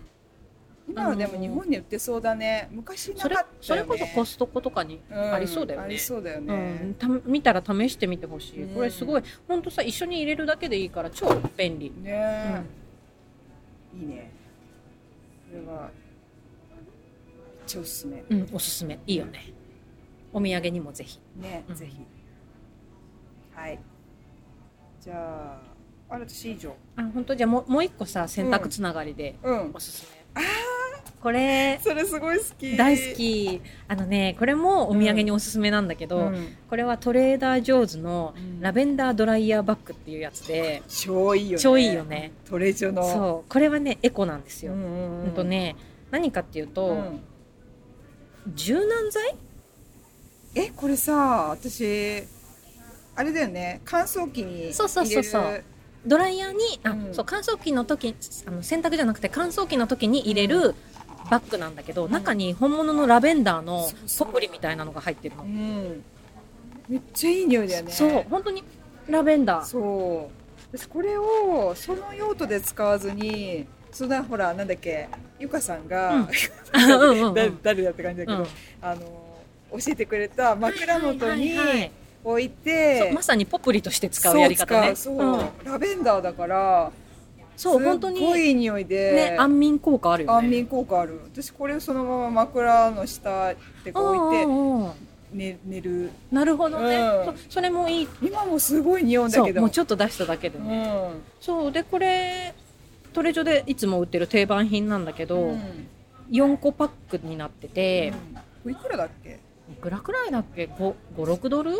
今はでも日本に売ってそうだね昔なかった
それ
よ、ね、
それこそコストコとかに
うん
ありそうだよね
ありそうだよ
う
ね、
ん、た見たら試してみてほしい、
うん
これすごいほんとさ一緒に入れるだけでいいから超便利、
ね
う
え
ん、
いいねこれはめっちゃおすすめ
うん、おすすめいいよねお土産にもぜひ
ね、
うん
ぜひはいじゃああ私以上
あ本当じゃあもうもう一個さ洗濯つながりで
うん
おすすめ、これ
それすごい好き
大好きあのねこれもお土産におすすめなんだけど、
うん
これはトレーダー・ジョーズのラベンダードライヤーバッグっていうやつで
超いいよね
超いいよね
トレジョの
そうこれはねエコなんです
う
よ、うん
んうん
とね何かっていうと、
うん
柔軟剤
えこれさ私あれだよね乾燥機に入れる
そうそうそうそうドライヤーにあ、
うん
そう乾燥機の時あの洗濯じゃなくて乾燥機の時に入れるバッグなんだけど、
ん
中に本物のラベンダーの
そうそ
ポ
う
プリみたいなのが入ってるの
うんめっちゃいい匂いだよね
そう本当にラベンダー
そう私これをその用途で使わずにそんなほらなんだっけゆかさんが、
うん うんうんうん
誰誰だって感じだけど、
うん
あの教えてくれた枕元に
はいはいはい
置い
そう
て
まさにポプリとして使うやり方ね
そう使うそう、ラベンダーだから
うんそう本当
すっご
に
いいい匂いで、
ね安眠効果あるよね
安眠効果ある私これをそのまま枕の下でこう置い
うん
て
うんうん
寝寝る
なるほどね、
うん
そうそれもいい
今もすごい匂うんだ
そ
け
う
ど
もうちょっと出しただけで
う
ね、そうでこれトレジョでいつも売ってる定番品なんだけど、
んうん
4個パックになってて、
うんいくらだっけ、
いくらくらいだっけ56ドル、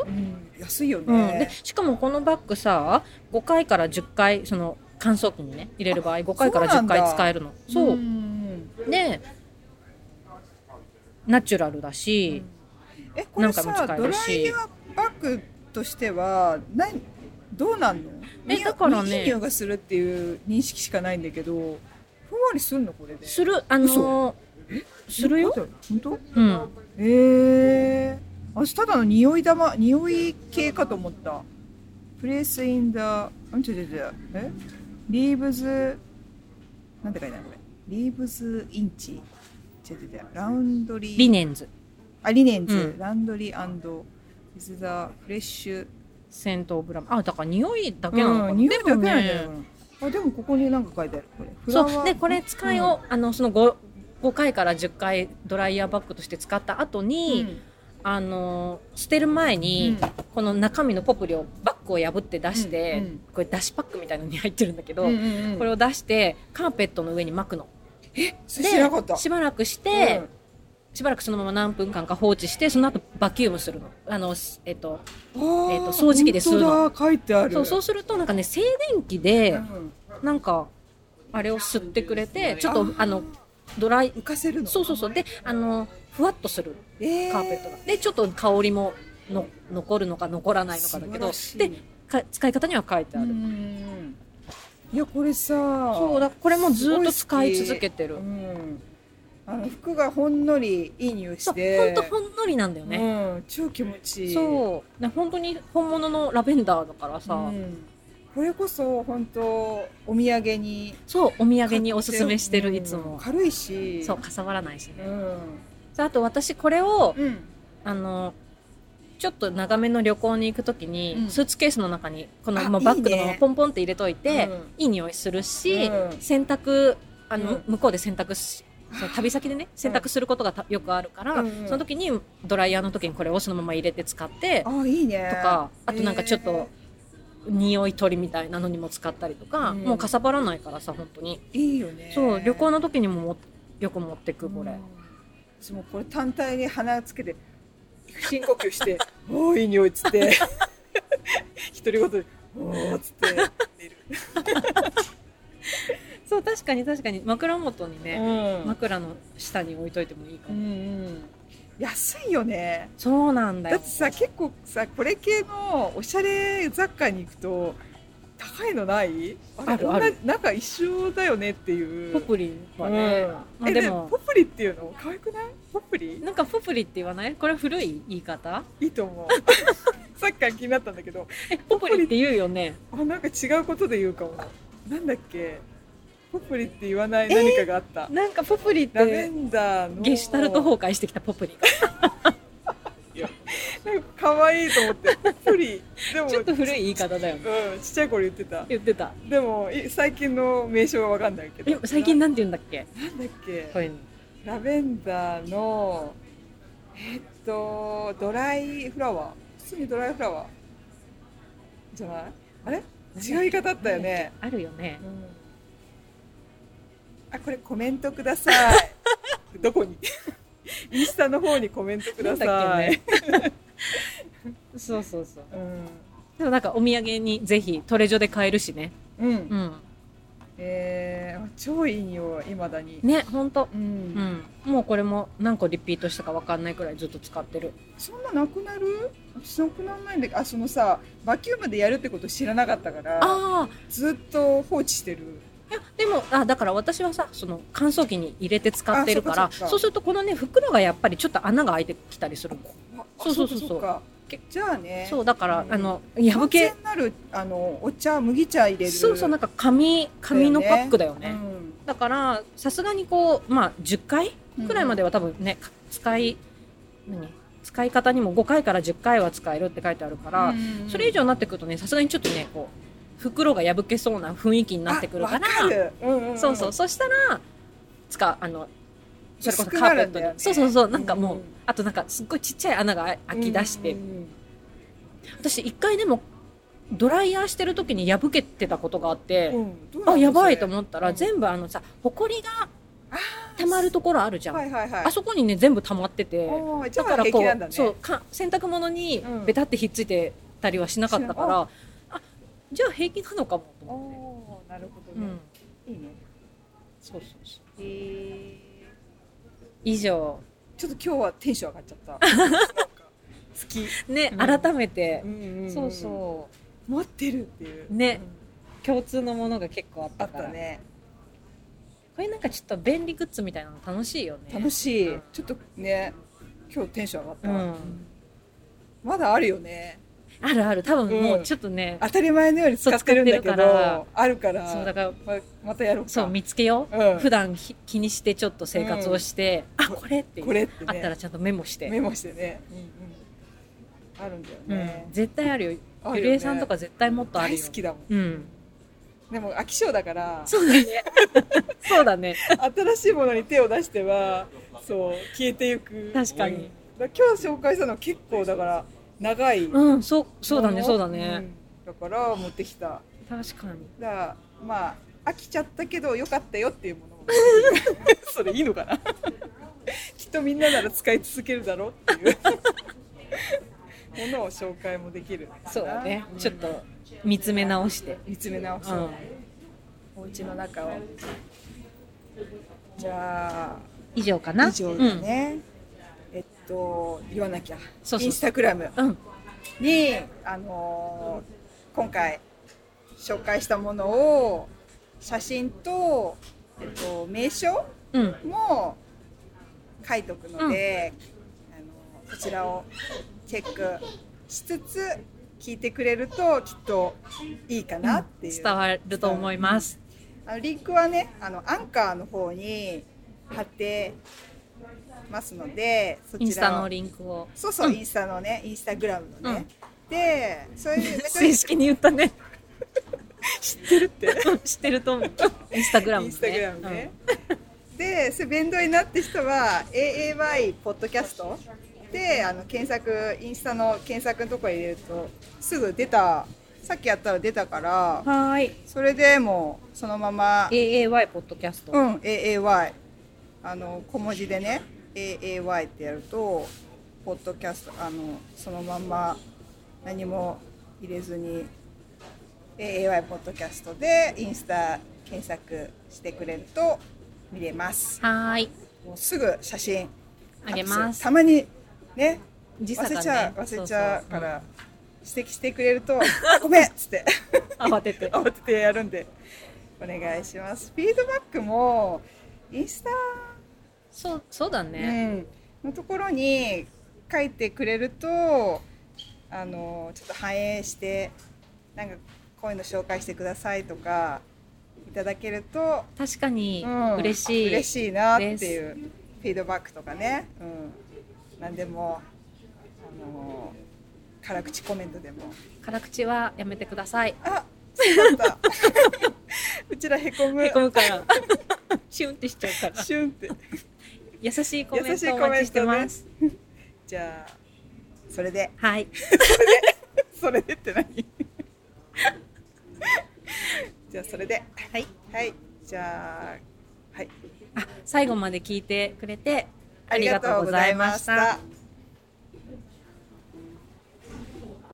安いよ
うん
ね
で、しかもこのバッグさ5回から10回その乾燥機にね入れる場合5回から
そうな
10
んだ
回使えるのそう
うん
でナチュラルだ
う
し
ん、えこれ
なんかも
さ
使え
ド
る
ラ
し
イヤーバッグとしては何どうなんの
え
に
だからね
いい匂いがするっていう認識しかないんだけどふんわりすんのこれです
るあの
嘘
するよ、
本当
うん、
ええー、私ただの匂い玉匂い系かと思ったプレスインダーんちょちょちょえリーブズなんて書いてあるのこれリーブズインチちょちょちょラウンドリー
リネンズ
あリネンズ、
うん
ラウンドリーウィズザフレッシュ
セントオブラムあだから匂いだけなのかな、
うん、匂いだけな
で
ん
も
じゃない
ね
かなあでもここになんか書いてあるこれフラワー
そうでこれ使いを、あのその 5, 5回から10回ドライヤーバッグとして使った後
うん
に、あの捨てる前に、
うん
この中身のポプリをバッグを破って出して、
うんうん
これ出しパックみたいなのに入ってるんだけど、
うんうんうん
これを出してカーペットの上に巻くの。
知らなかった
しばらくし
うん
て、しばらくそのまま何分間か放置してその後バキュームするの。あのしえっと
あー
えーと掃除機でするの
本当だ書いてある
そうそうするとなんかね静電気
う
で
ん
なんかあれを吸ってくれてちょっ
あ
と
ー
あのドライ
浮かせるの
そうそうそうであのふわっとする
えー
カーペットが。でちょっと香りもの残るのか残らないのかだけど
素晴らし
で
い
か使い方には書いてあ
うん
る。
うんうんいやこれさ
そうだこれもずっと使い続けてる
う。んあの服がほんのりいい匂い
そ
し
うほ
て
んとほんのりなんだよね。
うん超気持ちいい
そうね本当に本物のラベンダーだからさ、
うんこれこそ本当お土産に
そうお土産におすすめして
う
る
ん
いつも、
軽いし
そうかさばらないしね、
うん
そうあと私これを
うん
あのちょっと長めの旅行に行くときに、
うん
スーツケースの中にこの
あ
まあバッグ
いい
の
ね
ポンポンって入れといて、
うん
いい匂いするし、
うん
洗濯あの、
うん
向こうで洗濯しその旅先でね洗濯することがたよくあるから、
うんうん
その時にドライヤーの時にこれをそのまま入れて使って
あいいね
とかあとなんかちょっ
えー
と匂い取りみたいなのにも使ったりとか、
うん
もうかさばらないからさ本当に、
いいよね
そう旅行の時にももよく持ってくこれ、
うん私もこれ単体に鼻つけて深呼吸して「おおいい匂い」っつって独り言で「おお」っつって寝る、
そう確かに確かに枕元にね、
ん
枕の下に置いといてもいいか
う
も、
ん、安いよね
そうなんだ
だっ
よ
てさ結構さこれ系のおしゃれ雑貨に行くと高いのないあれ
あるある
同じなんか一緒だよねっていう
ポプリはね、
うん
まあ
え
で
で
も
もポプリっていうの可愛くないポプリ
なんかポプリって言わないこれ古い言い方
いいと思うさっきから気になったんだけど
えポプリって言うよね
あなんか違うことで言うかもなんだっけポプリって言わない何かがあった、
なんかポプリっ
ラベ
て
ンダーの
ゲシュタルト崩壊してきたポ プリ
なんか可愛いと思ってポプリでも
ちょっと古い言い方だよね
うん、ちっちゃい頃言ってた
言ってた
でもい最近の名称は分かんないけ
え
ど
最近なんて言うんだっけ
なんだっけ、
こういうの
ラベンダーのえっとドライフラワー普通にドライフラワーじゃないあれ違う言い方あったよね、
あるよね
うん、あこれコメントくだ さいどこに インスタの方にコメントください、
なんだ っけねそうそうそうでもなんかお土産にぜひトレジョで買えるしね
うん、うん
うん
えー、超いい匂いいまだに、
ねほんと
うん
うんもうこれも何個リピートしたかわかんないくらいずっと使ってる
そんななくなる私なくならないんだけどあそのさバキュームでやるってこと知らなかったから
あ
ずっと放置してる
あいやでもあだから私はさその乾燥機に入れて使ってるから
あそっかそっか
そうするとこのね袋がやっぱりちょっと穴が開いてきたりするの
あ
そうそうそうそう
っかっかじゃあね
そうだから
うん
あの
完
破け
全なるあのお茶麦茶入れる
そうそうなんか紙紙のパックだよ
う
ね
ん
だからさすがにこうまあ10回くらいまでは多分ね、か使い何使い方にも5回から10回は使えるって書いてあるから、
うん
それ以上になってくるとねさすがにちょっとねこう袋が破けそうな雰囲気になってくるから
あわかるうんうんん
そうそうそしたらつかあのそれこそ
薄くな
カーペ
る
ッ
ん
ト
だ
に、
よね
そうそうそうなんかもう、
うん
あとなんかすっごいちっちゃい穴が開き出して、
うんうん
私一回でもドライヤーしてる時に破けてたことがあって、
うんうんどうなの
あやばい
そ
と思ったら、
うん
全部あのさほこりが
あ
溜まるところあるじゃん、
れはいはいはい
あそこにね全部溜まってて。
おーじ
だ
ゃあ
から
平
こ
気
う
なんだね
そうか洗濯物に
うん
ベタってひっついてたりはしなかったか
し
ら、あじゃあ平気なのかもと
お
思って、
ーなるほ
う
どね
ん、
いいね
そうそうそう
えー
以上
ちょっと今日はテンション 上がっちゃったなんか好き
ね、
うん
改めて、
んんん
そうそう
持ってるっていう
ね共通のものが結構あっ
あ
た
っ
から
たね
これなんかちょっと便利グッズみたいなの楽しいよね
楽
い
しい、
うん
ちょっとね今日テンション上がった、
うん
まだあるよね
あるある多分もうんうちょっとね、
当たり前のように使ってるんだけ
そう
ど
使ってるから
あるから
そうだから
ままたやろうか
そう見つけよう、
うん
普段ひ気にしてちょっと生活をして、あこれっていう
これって
あったら
ね
ちゃんとメモして、
メモしてね、うんうん、あるんだよね
うん、、絶対あるよ
あるよね
ゆりえさんとか絶対もっとある
大
よ
好きだもん
うん
でも飽き性だから
そう だねそうだね
新しいものに手を出してはそう消えてゆく
確かに
だから今日紹介したの結構だから長い
うんそうそうだね
もの
そうだね、、
うんだから持ってきた
確かに
だからまあ飽きちゃったけど良かったよっていうものも それいいのかな きっとみんななら使い続けるだろうっていうものを紹介もできる
そうだね
ん
ちょっと見つめ直して
見つめ直
う
そうんお家の中をじゃ
以上か
あ
な
以上だね、えっと言わなきゃ
そうそうそう
インスタグラム
うん、うん、
に、あのー今回紹介したものを写真と、えっと、名称
うん
も書いとくので、あのそちらをチェックしつつ聞いてくれるときっといいかなっていう、
伝わると思います、
あのリンクはねあのアンカーの方に貼ってますのでそ
インスタの
リンク
リンクを
そうそう、
うん
インスタのねインスタグラムのね、でそう いう別
正
に
式に言ったね
知ってるって
知ってる と思う。インスタグラム
イ
ね。
ンスタグラムね。で、そう弁当になって人は AAY ポッドキャストであの検索インスタの検索のとこ入れるとすぐ出たさっきやったら出たから
うん。はーい。
それでもうそのまま
AAY ポッドキャスト。
うん AAY あの小文字でね AAY ってやるとポッドキャストあのそのまんま何も入れずに AAY ポッドキャストでインスタ検索してくれると見れます
はーい。
もうすぐ写真
あげま
アップる
す
た。まにね
時
忘
差がね
れちゃう忘れちゃうか
そ
ら指摘してくれるとあごめんっつって
うそううん慌てて。
慌ててやるんでお願いしますフィードバックもインスタ、
そうそうだね。
うん、のところに書いてくれるとあのちょっと反映してなんかこういうの紹介してくださいとかいただけると、
確かに
うん
嬉しい。
嬉しいなっていうフィードバックとかね、うん、何でもあの辛口コメントでも
辛口はやめてください。
あそうだったうちらへこむ
へこむから。 シュンってしちゃうから。
シュンって
優しいコメ
優
ン
しい
ト
コメン
お
ト
待ちしてます。
じゃあそれで
はい。
それでって何じゃあそれで
はい。
はいじゃあはい
あ最後まで聞いてくれて
あ
あ
り
り
が
が
と
と
う
う
ご
ご
ざ
ざ
い
い
ま
ま
し
したた。